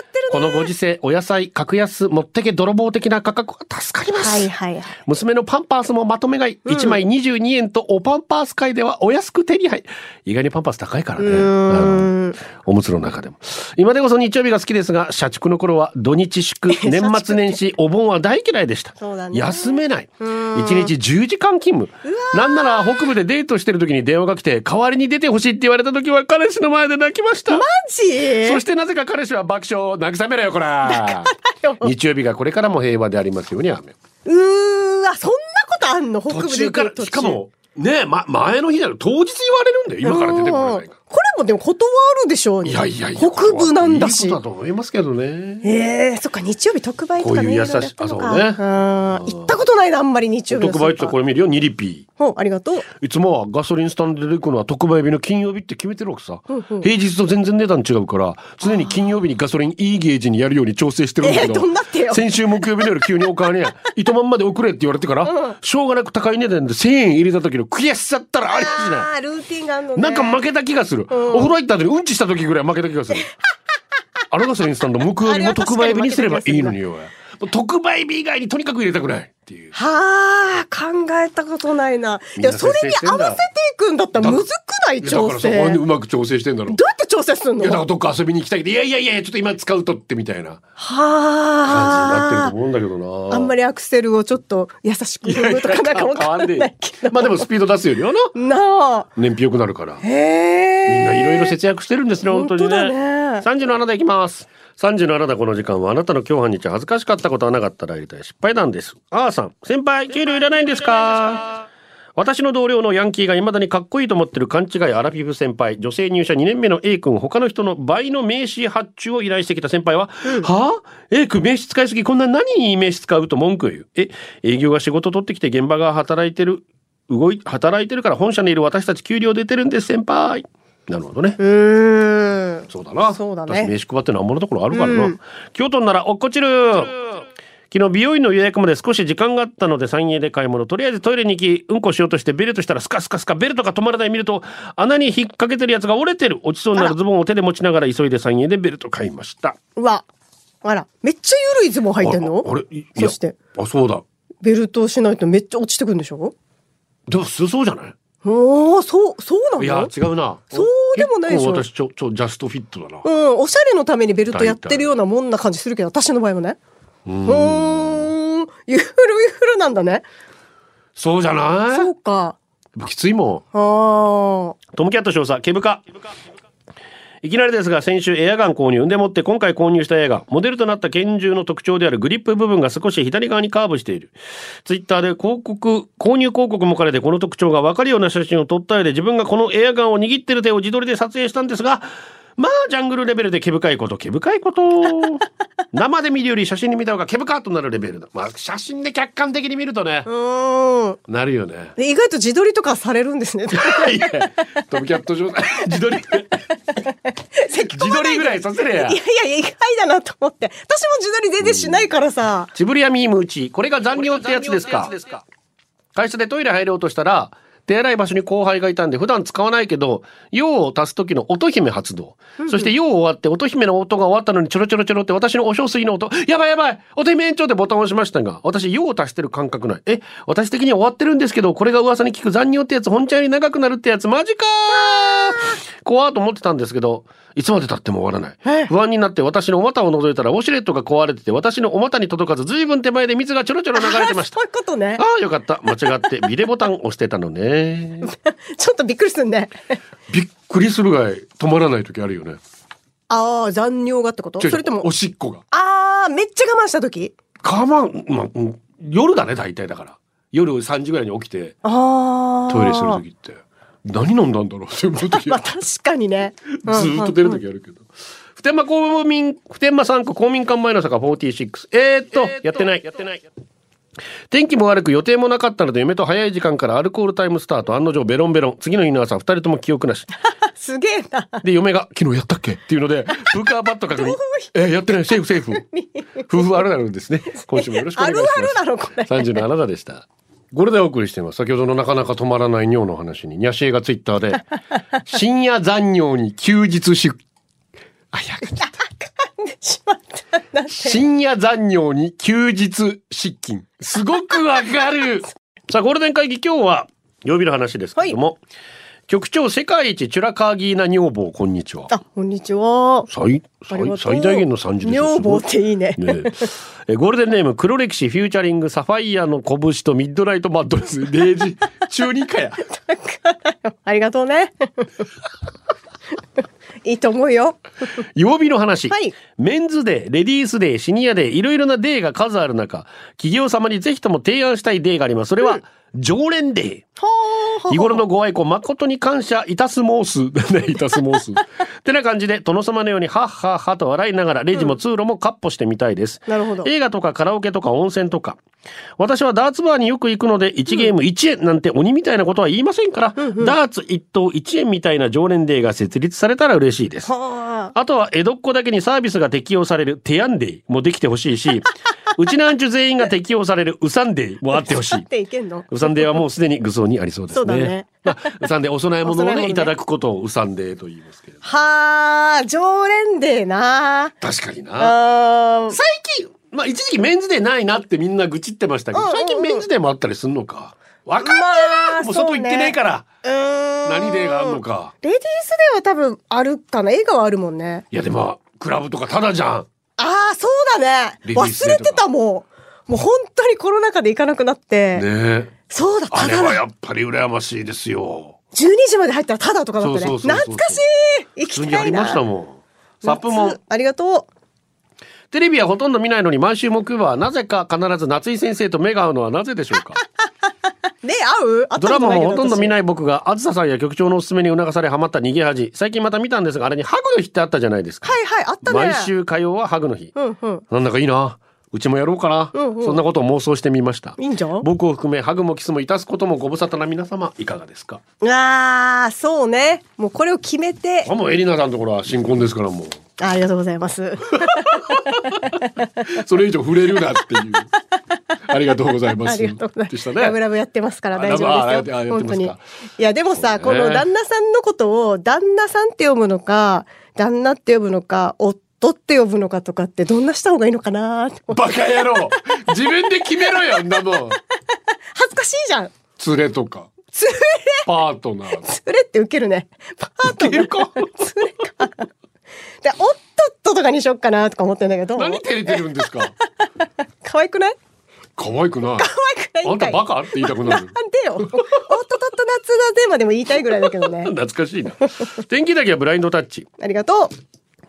Speaker 6: ってるね。
Speaker 5: このご時世、お野菜、格安、持ってけ泥棒的な価格は助かります。
Speaker 6: はいはいはい。
Speaker 5: 娘のパンパースもまとめ買い。1枚22円とおパンパース会ではお安く手に入り。意外にパンパース高いからね。うんおむつの中でも。今でこそ日曜日が好きですが、社畜の頃は土日 祝、年末年始、お盆は大嫌いでした。
Speaker 6: そうだね
Speaker 5: 休めない。1日10時間勤務。なんなら北部でデートしてる時に電話が来て、代わりに出てほしいって言われた時は彼氏の前で泣きました。
Speaker 6: マジ
Speaker 5: そしてなぜか彼氏は爆笑を慰めろよ、こら。日曜日がこれからも平和でありますように、雨。
Speaker 6: うーわ、そんなことあんの北部
Speaker 5: 途
Speaker 6: で
Speaker 5: 中から、
Speaker 6: 途中
Speaker 5: しかも、ねえ、ま、前の日なの、当日言われるんだよ。今から出てこれないか
Speaker 6: これもでも断るでしょうに
Speaker 5: いやいやいや。
Speaker 6: 北部なんだし
Speaker 5: いいことだと思いますけどね。
Speaker 6: ええそっか日曜日特売とか
Speaker 5: こういう優しい
Speaker 6: ろろやってんのか
Speaker 5: あそうね
Speaker 6: うん行ったことないなあんまり日曜日の
Speaker 5: 特売ってこ
Speaker 6: れ
Speaker 5: れ見るよ、ニリピ
Speaker 6: ほうありがとう
Speaker 5: ー。いつもはガソリンスタンドで行くのは特売日の金曜日って決めてるわけさ。平日と全然値段違うから、常に金曜日にガソリンいいゲージにやるように調整してるんだけ
Speaker 6: えーどんなってよ
Speaker 5: ど、先週木曜日の夜急にお金 や、糸まんまで送れって言われてから、しょうがなく高い値段で1000円入れた時の悔しさったらありゃしない。
Speaker 6: あールーティンがあるのね
Speaker 5: なんか負けた気がする。
Speaker 6: ん
Speaker 5: お風呂入った後にうんちした時ぐらい負けた気がする。あのガソリンスタンド、木曜日も特売日にすればいいのによ。特売日以外にとにかく入れたくないっていう。
Speaker 6: はあ考えたことないな
Speaker 5: み
Speaker 6: い
Speaker 5: んな
Speaker 6: やそれに合わせていくんだったらむずくない
Speaker 5: いやだから
Speaker 6: 調
Speaker 5: そこ
Speaker 6: 整どうや
Speaker 5: にうまく調整してんだろう。
Speaker 6: って調整すん
Speaker 5: いや
Speaker 6: の
Speaker 5: だから
Speaker 6: は
Speaker 5: どっか遊びに行きたいけど、いやいやいや、ちょっと今使うとってみたいな感じになってる
Speaker 6: あ
Speaker 5: と思うんだけどな。
Speaker 6: あんま
Speaker 5: り。
Speaker 6: りアクセルをちょっと優しく
Speaker 5: いや
Speaker 6: 踏むとかなんかわかんないけど
Speaker 5: まあでもスピード出すよりはな。
Speaker 6: なあ
Speaker 5: 燃費良くなるから。
Speaker 6: へえ
Speaker 5: みんないろいろ節約してるんですね、本当に
Speaker 6: 本当だね
Speaker 5: ね。三十のあなたいきます。三十のあなたこの時間はあなたの今日半日恥ずかしかったことはなかったらやりたい失敗談です。あーさん、先輩、給料いらないんですか私の同僚のヤンキーが未だにかっこいいと思ってる勘違いアラフィフ先輩、女性入社2年目の A 君、他の人の倍の名刺発注を依頼してきた先輩は、はあ ?A 君名刺使いすぎ、こんな何に名刺使うと文句を言う。え、営業が仕事取ってきて現場が働いてる、動い、働いてるから本社にいる私たち給料出てるんです、先輩。なるほどね。
Speaker 6: うーん
Speaker 5: そうだな。
Speaker 6: そうだね
Speaker 5: 私名刺配ってのはあんまのところあるからな。
Speaker 6: うん
Speaker 5: 京都なら落っこちる。昨日美容院の予約まで少し時間があったので三栄で買い物とりあえずトイレに行きうんこしようとしてベルトしたらスカスカスカベルトが止まらない見ると穴に引っ掛けてるやつが折れてる落ちそうになるズボンを手で持ちながら急いで三栄でベルト買いました
Speaker 6: うわあらめっちゃゆるいズボン履いてんの
Speaker 5: ああれいいや
Speaker 6: そして
Speaker 5: あそうだ
Speaker 6: ベルトをしないとめっちゃ落ちてくるんでしょ
Speaker 5: でもすそうじゃない
Speaker 6: おーそうそうなの
Speaker 5: いや違うな
Speaker 6: そうでもないでしょ
Speaker 5: 結構私ちょちょジャストフィットだな
Speaker 6: うん、おしゃれのためにベルトやってるようなもんな感じするけど、私の場合はね。うーん。ゆるゆるなんだね。
Speaker 5: そうじゃない
Speaker 6: そうか。
Speaker 5: きついもん
Speaker 6: あー。
Speaker 5: トムキャット少佐、ケブカ。いきなりですが、先週エアガン購入。でもって今回購入したエアガン。モデルとなった拳銃の特徴であるグリップ部分が少し左側にカーブしている。ツイッターで広告、購入広告も兼ねてこの特徴がわかるような写真を撮ったようで自分がこのエアガンを握ってる手を自撮りで撮影したんですが、まあ、ジャングルレベルで毛深いこと、毛深いこと。生で見るより写真に見た方が毛深となるレベルだ。まあ、写真で客観的に見るとね
Speaker 6: う、ーん。
Speaker 5: なるよね。
Speaker 6: 意外と自撮りとかされるん ですね。
Speaker 5: いやトムキャット上自撮り
Speaker 6: せっかく
Speaker 5: 自撮りぐらいさせれや
Speaker 6: いやいや、意外だなと思って。私も自撮り全然しないからさ。
Speaker 5: ジブリアミームうちこれが残業ってやつですか会社でトイレ入ろうとしたら手洗い場所に後輩がいたんで普段使わないけど用を足す時の乙姫発動、そして用終わって乙姫の音が終わったのにちょろちょろちょろって私のお小水の音やばいやばい乙姫延長でボタンを押しましたが私用を足してる感覚ないえ私的には終わってるんですけどこれが噂に聞く残業ってやつ本ちゃんより長くなるってやつマジかー怖ーと思ってたんですけどいつまで経っても終わらない不安になって私のお股を覗いたらウォシュレットが壊れてて私のお股に届かず随分手前で水がちょろちょろ流れてました
Speaker 6: そういうことね
Speaker 5: あ。あ、よかった。間違って、ビレボタン押してたのね。
Speaker 6: ちょっとびっくりすんね。
Speaker 5: びっくりするがい、止まらない時あるよね。
Speaker 6: あー、残尿がってことそれとも、
Speaker 5: しっこが。
Speaker 6: あー、めっちゃ我慢した時
Speaker 5: 我慢、まあ、うん夜だね、大体だから。夜3時ぐらいに起きて、
Speaker 6: あー。
Speaker 5: トイレする時って。何飲んだんだろうって思う時
Speaker 6: まあ確かにね。うん
Speaker 5: ずーっと出る時あるけど。普天間公民、普天間3区公民館前の坂46。えー、っと、やってない。やってない。天気も悪く予定もなかったので夢と早い時間からアルコールタイムスタート案の定ベロンベロン次の日の朝2人とも記憶なし
Speaker 6: すげえな。
Speaker 5: で嫁が「昨日やったっけ?」っていうのでブーカーバット確認「えやってないセーフセーフ」 夫婦あるあるですね今週もよろしくお願いします
Speaker 6: あるあるなのこれ
Speaker 5: 30のあなたでしたこれでお送りしています先ほどのなかなか止まらない尿の話にニャシエがツイッター で「深夜残尿に休日しあいや
Speaker 6: しまった。なんて
Speaker 5: 深夜残尿に休日失禁すごくわか るさあゴールデン会議今日は曜日の話ですけれども、局長世界一チュラカーギーな女房こんにちは
Speaker 6: あ、こんにちは。
Speaker 5: 最
Speaker 6: ありがと
Speaker 5: 最
Speaker 6: う
Speaker 5: 最大限の惨事ですよ
Speaker 6: 女房っていいね
Speaker 5: すごいねええゴールデンネーム黒歴史フューチャリングサファイアの拳とミッドナイトマッドレ ス0時中2かや
Speaker 6: ありがと うね。いいと思うよ。
Speaker 5: 曜日の話、
Speaker 6: はい
Speaker 5: メンズデーレディースデーシニアデーいろいろなデーが数ある中企業様にぜひとも提案したいデーがありますそれは、常連デー。
Speaker 6: ほーほー
Speaker 5: 日頃のご愛顧誠に感謝いたす申す。 ね、いたす申す。てな感じで、殿様のように、はっはっはと笑いながら、レジも通路もカッポしてみたいです。
Speaker 6: なるほど
Speaker 5: 映画とかカラオケとか温泉とか。私はダーツバーによく行くので、1ゲーム1円なんて鬼みたいなことは言いませんから、ダーツ1等1円みたいな常連デーが設立されたら嬉しいです。
Speaker 6: は
Speaker 5: あとは江戸っ子だけにサービスが適用されるテヤンデイもできてほしい し、うちなんちゅ全員が適用されるウサンデイもあってほし
Speaker 6: ー
Speaker 5: い
Speaker 6: っ。ていけんの
Speaker 5: ウサンデイはもうすでに具装にありそうですね。
Speaker 6: そうだね
Speaker 5: まあ、ウサンデイお供え物を
Speaker 6: お供
Speaker 5: ね
Speaker 6: え物ね
Speaker 5: いただくことをウサンデイと言いますけれど。
Speaker 6: はあ、常連デーな
Speaker 5: 確かにな。
Speaker 6: あー
Speaker 5: 最近、まあ一時期メンズデーないなってみんな愚痴ってましたけど、
Speaker 6: うんうんうん
Speaker 5: 最近メンズデーもあったりするのか。わかんないな、
Speaker 6: まあ
Speaker 5: もう外行ってねえから、
Speaker 6: うーん
Speaker 5: 何デーがあるのか。
Speaker 6: レディースデーは多分あるかな映画はあるもんね
Speaker 5: いやでも、クラブとかタダじゃん。
Speaker 6: ああそうだね
Speaker 5: レディース
Speaker 6: 忘
Speaker 5: デー
Speaker 6: れ
Speaker 5: とか
Speaker 6: てたもんもう本当にコロナ禍で行かなくなって、
Speaker 5: ねえ。
Speaker 6: そうだ
Speaker 5: あ
Speaker 6: た
Speaker 5: れ
Speaker 6: だ
Speaker 5: は
Speaker 6: だ
Speaker 5: やっぱり羨ましいですよ。
Speaker 6: 12時まで入ったらただとかだったね
Speaker 5: そうそうそうそう
Speaker 6: 懐かしい行
Speaker 5: 普通
Speaker 6: き
Speaker 5: にあ
Speaker 6: た
Speaker 5: り
Speaker 6: い
Speaker 5: ま
Speaker 6: な
Speaker 5: したもん。サップも
Speaker 6: 夏ありがと
Speaker 5: テレビはほとんど見ないのに毎週木曜はなぜか必ず夏井先生と目が合うのはなぜでしょうか
Speaker 6: うね合うあ
Speaker 5: ドラマもほとんど見
Speaker 6: い
Speaker 5: ない僕があずささんや局長のおすすめに促されハマった逃げ恥最近また見たんですがあれにハグの日ってあったじゃないですか、
Speaker 6: はいはいあったね
Speaker 5: 毎週火曜はハグの日、
Speaker 6: うんうん
Speaker 5: なんだかいいなうちもやろうかな、
Speaker 6: うんうん
Speaker 5: そんなことを妄想してみました
Speaker 6: いいんじゃん
Speaker 5: 僕を含めハグもキスもいたすこともご無沙汰な皆様いかがですか
Speaker 6: ああそうねもうこれを決めて
Speaker 5: あもうエリナさんのところは新婚ですからもう
Speaker 6: あありがとうございます
Speaker 5: それ以上触れるなって いうありがとうございま
Speaker 6: あ
Speaker 5: す
Speaker 6: りがとうござい
Speaker 5: で
Speaker 6: ま
Speaker 5: した
Speaker 6: す。
Speaker 5: ね
Speaker 6: ラブラブやってますから大丈
Speaker 5: あラブ
Speaker 6: 夫
Speaker 5: あ
Speaker 6: です
Speaker 5: や
Speaker 6: よ。
Speaker 5: ってま
Speaker 6: 本当
Speaker 5: すか
Speaker 6: に。いや、でもさ、
Speaker 5: そう
Speaker 6: こ
Speaker 5: ね
Speaker 6: の旦那さんのことを、旦那さんって呼ぶのか、旦那って呼ぶのか、夫って呼ぶのかとかって、どんなした方がいいのかなって
Speaker 5: バカ野郎自分で決めろよ、あんなもん。
Speaker 6: 恥ずかしいじゃん。
Speaker 5: 連れとか。
Speaker 6: 連れ、
Speaker 5: パート ナー。
Speaker 6: 連れって受けるね。パートナー。
Speaker 5: 受けるか
Speaker 6: 連れか。で、夫ととかにしよっかなとか思ってんだけど、
Speaker 5: 何照れてるんです か
Speaker 6: 可愛くない
Speaker 5: 可愛くない。
Speaker 6: 可愛くない
Speaker 5: あんたバ
Speaker 6: カ
Speaker 5: カって言いたくな
Speaker 6: なん
Speaker 5: る
Speaker 6: で。よ。夫とと夏のテーマでも言いたいぐらいだけどね。
Speaker 5: 懐かしいな。天気だけはブラインドタッチ。
Speaker 6: ありがとう。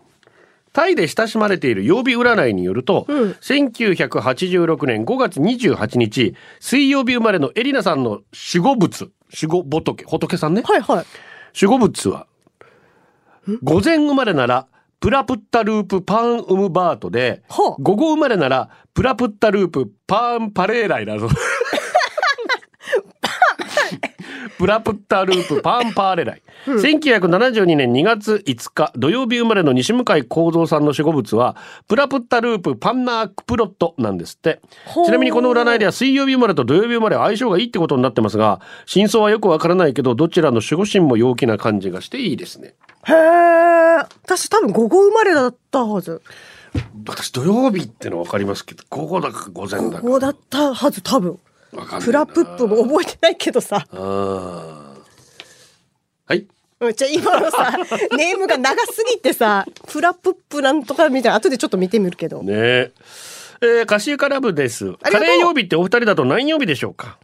Speaker 5: タイで親しまれている曜日占いによると、1986年5月28日、水曜日生まれのエリナさんの守護仏、守護仏、仏さんね。
Speaker 6: はいはい。
Speaker 5: 守護仏は、午前生まれなら、プラプッタループパーンウムバートで、
Speaker 6: ほう
Speaker 5: 午後生まれなら、プラプッタループパーンパレーライだぞ。プラプッタループパーンパーレライ。1972年2月5日土曜日生まれの西向井幸三さんの守護物は、プラプッタループパンナークプロットなんですって。
Speaker 6: ほう
Speaker 5: ちなみにこの占いでは水曜日生まれと土曜日生まれは相性がいいってことになってますが、真相はよくわからないけど、どちらの守護神も陽気な感じがしていいですね。
Speaker 6: へえ。私多分午後生まれだったはず。
Speaker 5: 私土曜日ってのはわかりますけど、午後だか午前だ
Speaker 6: 午
Speaker 5: か。
Speaker 6: 後だったはず多分。
Speaker 5: わかんないな
Speaker 6: プラプップも覚えてないけどさ。
Speaker 5: あーはい。
Speaker 6: うんじゃあ今 のさ、ネームが長すぎてさ、プラプップなんとかみたいな。後でちょっと見てみるけど。
Speaker 5: ねえ。えー、カシウカラブです。
Speaker 6: あり
Speaker 5: カ
Speaker 6: がとう
Speaker 5: レー曜日ってお二人だと何曜日でしょうか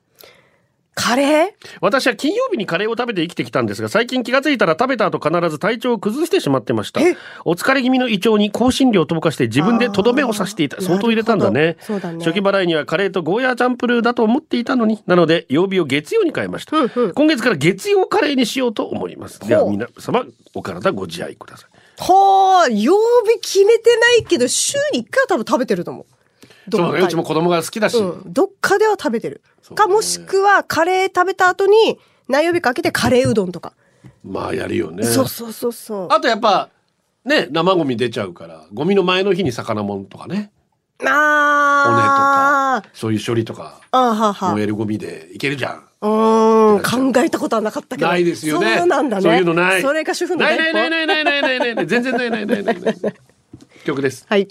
Speaker 6: カレー
Speaker 5: 私は金曜日にカレーを食べて生きてきたんですが、最近気がついたら食べた後必ず体調を崩してしまってました
Speaker 6: え。
Speaker 5: お疲れ気味の胃腸に香辛料を溶かして自分でとどめを刺していた。
Speaker 6: あー
Speaker 5: 相当入れたんだ
Speaker 6: なる
Speaker 5: ね
Speaker 6: ほどそうだね
Speaker 5: 初期払いにはカレーとゴーヤーチャンプルーだと思っていたのに。なので、曜日を月曜に変えました。
Speaker 6: うんうん
Speaker 5: 今月から月曜カレーにしようと思います。では
Speaker 6: ほう
Speaker 5: 皆様、お体ご自愛ください。
Speaker 6: はあ、曜日決めてないけど、週に一回は多分食べてると思う。
Speaker 5: そう
Speaker 6: か
Speaker 5: だね。うちも子供が好きだし。
Speaker 6: うん、どっかでは食べてる。
Speaker 5: そうだ
Speaker 6: か、
Speaker 5: ね
Speaker 6: もしくはカレー食べた後に、何曜日か開けてカレーうどんとか。
Speaker 5: まあ、やるよね。
Speaker 6: そうそうそうそう。
Speaker 5: あとやっぱね生ゴミ出ちゃうからゴミの前の日に魚もんとかね
Speaker 6: ああ。
Speaker 5: そういう処理とか
Speaker 6: ああはあはあ
Speaker 5: 燃えるゴミでいけるじゃん。
Speaker 6: うーん、考えたことはなかったけど。
Speaker 5: ないですよね。
Speaker 6: そうなんだね。
Speaker 5: そういうのない。
Speaker 6: それが主婦の
Speaker 5: ない
Speaker 6: 第
Speaker 5: な
Speaker 6: 一
Speaker 5: い
Speaker 6: 歩
Speaker 5: ないないないないないないない全然ないないないないない。曲です。
Speaker 6: はい。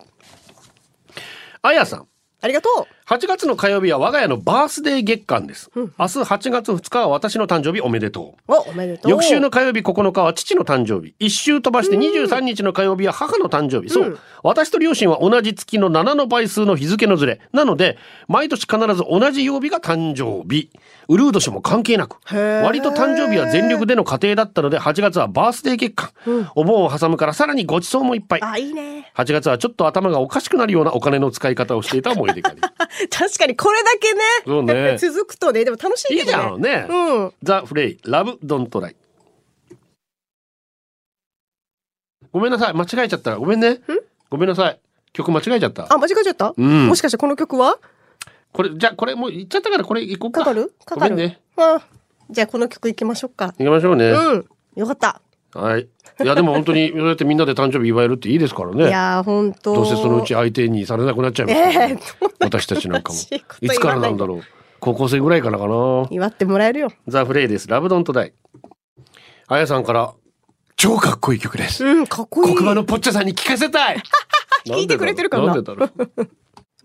Speaker 5: あやさん。
Speaker 6: ありがと
Speaker 5: 8月の火曜日は我が家のバースデー月間です。明日8月2日は私の誕生日おめでとう。
Speaker 6: う。お、おめでとう。
Speaker 5: 翌週の火曜日9日は父の誕生日一週飛ばして23日の火曜日は母の誕生日、そう私と両親は同じ月の7の倍数の日付のずれなので毎年必ず同じ曜日が誕生日ウルー年も関係なく
Speaker 6: へー
Speaker 5: 割と誕生日は全力での家庭だったので8月はバースデー月間、お盆を挟むからさらにごちそうもいっぱい
Speaker 6: あ、いいね。
Speaker 5: 8月はちょっと頭がおかしくなるようなお金の使い方をしていた思い出があり
Speaker 6: 確かにこれだけね
Speaker 5: そうね
Speaker 6: やっぱり続くとねでも楽しいけど
Speaker 5: いいじゃんね
Speaker 6: うん
Speaker 5: ザ・フレイ、ラブ・ドントライ。ごめんなさい、間違えちゃった。ごめんね。ごめんなさい。曲間違えちゃった。
Speaker 6: あ間違えちゃった、
Speaker 5: うん
Speaker 6: もしかしてこの曲は
Speaker 5: これ、じゃあこれもう言っちゃったからこれ行こうか。
Speaker 6: かかるかかる
Speaker 5: ごめんね。
Speaker 6: あじゃあこの曲いきましょうか
Speaker 5: 行きましょうね。
Speaker 6: うんよかった
Speaker 5: はい。いや、でも本当に、 そうやってみんなで誕生日祝えるっていいですから
Speaker 6: い
Speaker 5: ね。
Speaker 6: やー本当
Speaker 5: どうせそのうち相手にされなくなっちゃいますからね、
Speaker 6: ええどんな
Speaker 5: 私たちなん かも
Speaker 6: 悲しいこと。
Speaker 5: い
Speaker 6: 言わない
Speaker 5: つからなんだろう。高校生ぐらいからかな。
Speaker 6: 祝ってもらえるよ
Speaker 5: ザ・フレイです。ラブ・ドントライ。あやさんから、超かっこいい曲です。
Speaker 6: うんかっこいい
Speaker 5: 黒板のポッチャさんに聞かせたい
Speaker 6: 聞いてくれてるかなん
Speaker 5: でだろうなんでだろ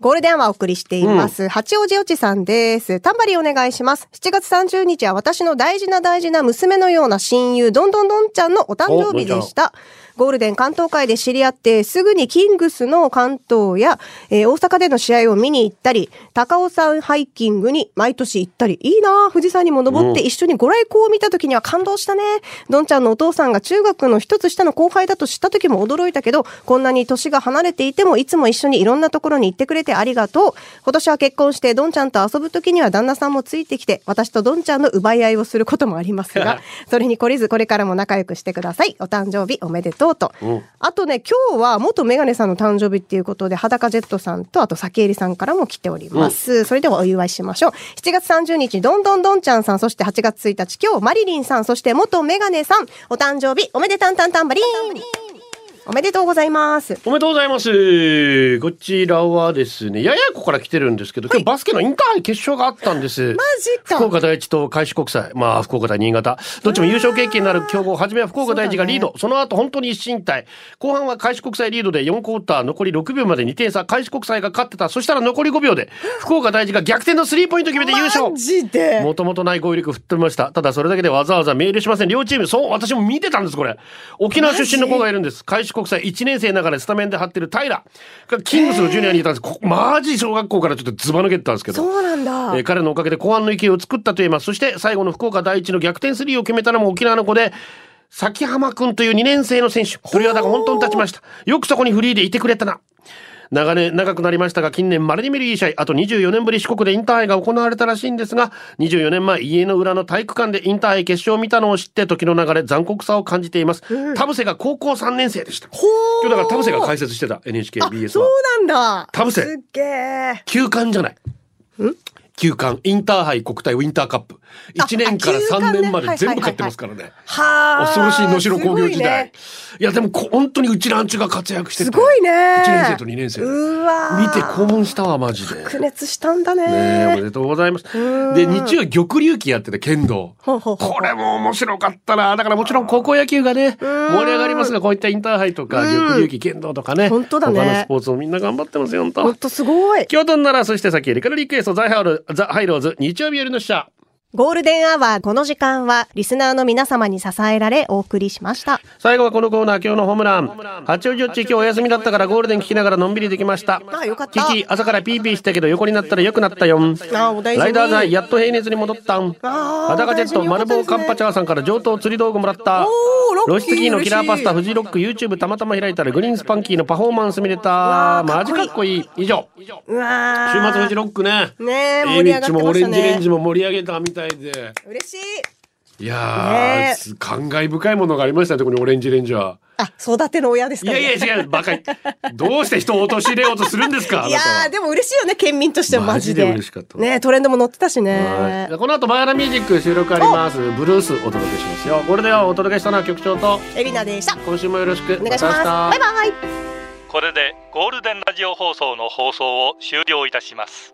Speaker 6: ゴールデンはお送りしています。八王子よちさんです。タンバリンお願いします。7月30日は私の大事な大事な娘のような親友、どんどんどんちゃんのお誕生日でした。ゴールデン関東会で知り合って、すぐにキングスの関東や、えー大阪での試合を見に行ったり、高尾山ハイキングに毎年行ったり、いいなあ富士山にも登って一緒にご来光を見た時には感動したね。どんちゃんのお父さんが中学の一つ下の後輩だと知った時も驚いたけど、こんなに年が離れていてもいつも一緒にいろんなところに行ってくれてありがとう。今年は結婚してどんちゃんと遊ぶ時には旦那さんもついてきて、私とどんちゃんの奪い合いをすることもありますが、 それに懲りずこれからも仲良くしてください。お誕生日おめでとうと。あとね、今日は元メガネさんの誕生日っていうことで、裸ジェットさんと、あと酒入りさんからも来ております。それではお祝いしましょう。7月30日、どんどんどんちゃんさん、そして8月1日、今日、マリリンさん、そして元メガネさん、お誕生日、おめでたんたんたんばりん。おめでとうございます。
Speaker 5: うおめでとうございますこちらはですねややこから来てるんですけど今日バスケのインターハイ決勝があったんですマ
Speaker 6: ジか
Speaker 5: 福岡第一と開志国際まあ福岡対新潟どっちも優勝経験のある強豪はじめは福岡第一がリードそ,、の後本当に一進一退後半は開志国際リードで4クォーター残り6秒まで2点差開志国際が勝ってたそしたら残り5秒で福岡第一が逆転のスリーポイント決めて優勝
Speaker 6: ジで
Speaker 5: もともとない語彙力振ってました。ただそれだけでわざわざメールしません。両チーム、そう、私も見てたんです、これ。沖縄出身の子がいるんです。開志国際1年生ながらスタメンで張ってる平。がキングスのジュニアにいたんです。こマジ小学校からちょっとズバ抜けてたんですけど。
Speaker 6: そうなんだ。
Speaker 5: えー彼のおかげで後半の勢いを作ったと言えます。そして最後の福岡第一の逆転スリーを決めたのも沖縄の子で、崎浜くんという2年生の選手。鳥肌が本当に立ちました。よくそこにフリーでいてくれたな。長年、長くなりましたが、近年稀に見るいい試合、あと24年ぶり四国でインターハイが行われたらしいんですが、24年前、家の裏の体育館でインターハイ決勝を見たのを知って、時の流れ、残酷さを感じています。田臥が高校3年生でした。今日だから田臥が解説してた、
Speaker 6: あ、
Speaker 5: NHKBS
Speaker 6: そう
Speaker 5: は。
Speaker 6: なんだ。
Speaker 5: 田臥
Speaker 6: すっげえ。
Speaker 5: 休館じゃない。休館、インターハイ国体ウィンターカップ。
Speaker 6: あ
Speaker 5: 1年から
Speaker 6: あ休
Speaker 5: 3
Speaker 6: 館ね
Speaker 5: 年まで全部勝ってますからね。恐ろしい
Speaker 6: はあ。
Speaker 5: 能代工業時代。い
Speaker 6: す
Speaker 5: や、でもこ本当にうちらんちが活躍してて。
Speaker 6: ごいね。
Speaker 5: 1
Speaker 6: すごいね
Speaker 5: 年生と2年生で。
Speaker 6: うわー
Speaker 5: 見て興奮したわ、マジで。
Speaker 6: 苦熱したんだね。
Speaker 5: ねえおめでとうございます。で、日曜玉竜記やってた剣道。
Speaker 6: ほうほうほう
Speaker 5: これも面白かったな。だからもちろん高校野球がね、盛り上がりますが、こういったインターハイとか、玉竜記剣道とかね、
Speaker 6: 本当だね
Speaker 5: 他のスポーツもみんな頑張ってますよ、本当。
Speaker 6: ほんとすごい。
Speaker 5: 京都ならそして先よりからリクエストザ・ハイローズザ・ハイローズ日曜日よりの社
Speaker 6: ゴールデンアワー、この時間は、リスナーの皆様に支えられ、お送りしました。
Speaker 5: 最後はこのコーナー今日のホームラン八王子よっち今日お休みだったからゴールデン聞きながらのんびりできました
Speaker 6: あよかった
Speaker 5: キキ朝からピーピーしたけど横になったら良くなったよ
Speaker 6: あお大事に
Speaker 5: ライダー剤やっと平熱に戻ったん
Speaker 6: あー
Speaker 5: 裸ジェット
Speaker 6: お大事によか
Speaker 5: 丸
Speaker 6: ったですね
Speaker 5: 棒カンパチャーさんから上等釣り道具もらった
Speaker 6: おーロッキ
Speaker 5: 露
Speaker 6: ー
Speaker 5: 出キーのキラーパスタ
Speaker 6: 嬉
Speaker 5: フ
Speaker 6: しい
Speaker 5: ジロック YouTube たまたま開いたらグリーンスパンキーのパフォーマンス見れた
Speaker 6: わー
Speaker 5: マジかっこいい以上週
Speaker 6: うわー
Speaker 5: 末フジロックね
Speaker 6: ねえ
Speaker 5: A
Speaker 6: 盛り
Speaker 5: リッ
Speaker 6: 上がっ
Speaker 5: チ
Speaker 6: て
Speaker 5: も
Speaker 6: ま
Speaker 5: オ
Speaker 6: し
Speaker 5: レ
Speaker 6: た
Speaker 5: ンジレン
Speaker 6: ね。
Speaker 5: ジも盛り上げたみたいで
Speaker 6: 嬉しい。
Speaker 5: いや
Speaker 6: ねえ
Speaker 5: ー、す感慨深いものがありましたね、特にオレンジレンジは。
Speaker 6: あ、育ての親です
Speaker 5: い
Speaker 6: から、
Speaker 5: や
Speaker 6: ね。
Speaker 5: いや違う、バカ言ってどうして人を陥れようとするんですか、あ
Speaker 6: い
Speaker 5: な
Speaker 6: や
Speaker 5: たは
Speaker 6: ー。でも嬉しいよね、県民としてはマジで。
Speaker 5: マジで嬉しかった
Speaker 6: ねえトレンドも載ってたし
Speaker 5: はい
Speaker 6: ね
Speaker 5: じゃあ。この後バイアラミュージック収録ありますブルースお届けしますよこれではお届けしたのは局長と
Speaker 6: エリナでした。
Speaker 5: 今週もよろしく
Speaker 6: お願いします。
Speaker 5: た明日
Speaker 6: バイバイ。
Speaker 1: これでゴールデンラジオ放送の放送を終了いたします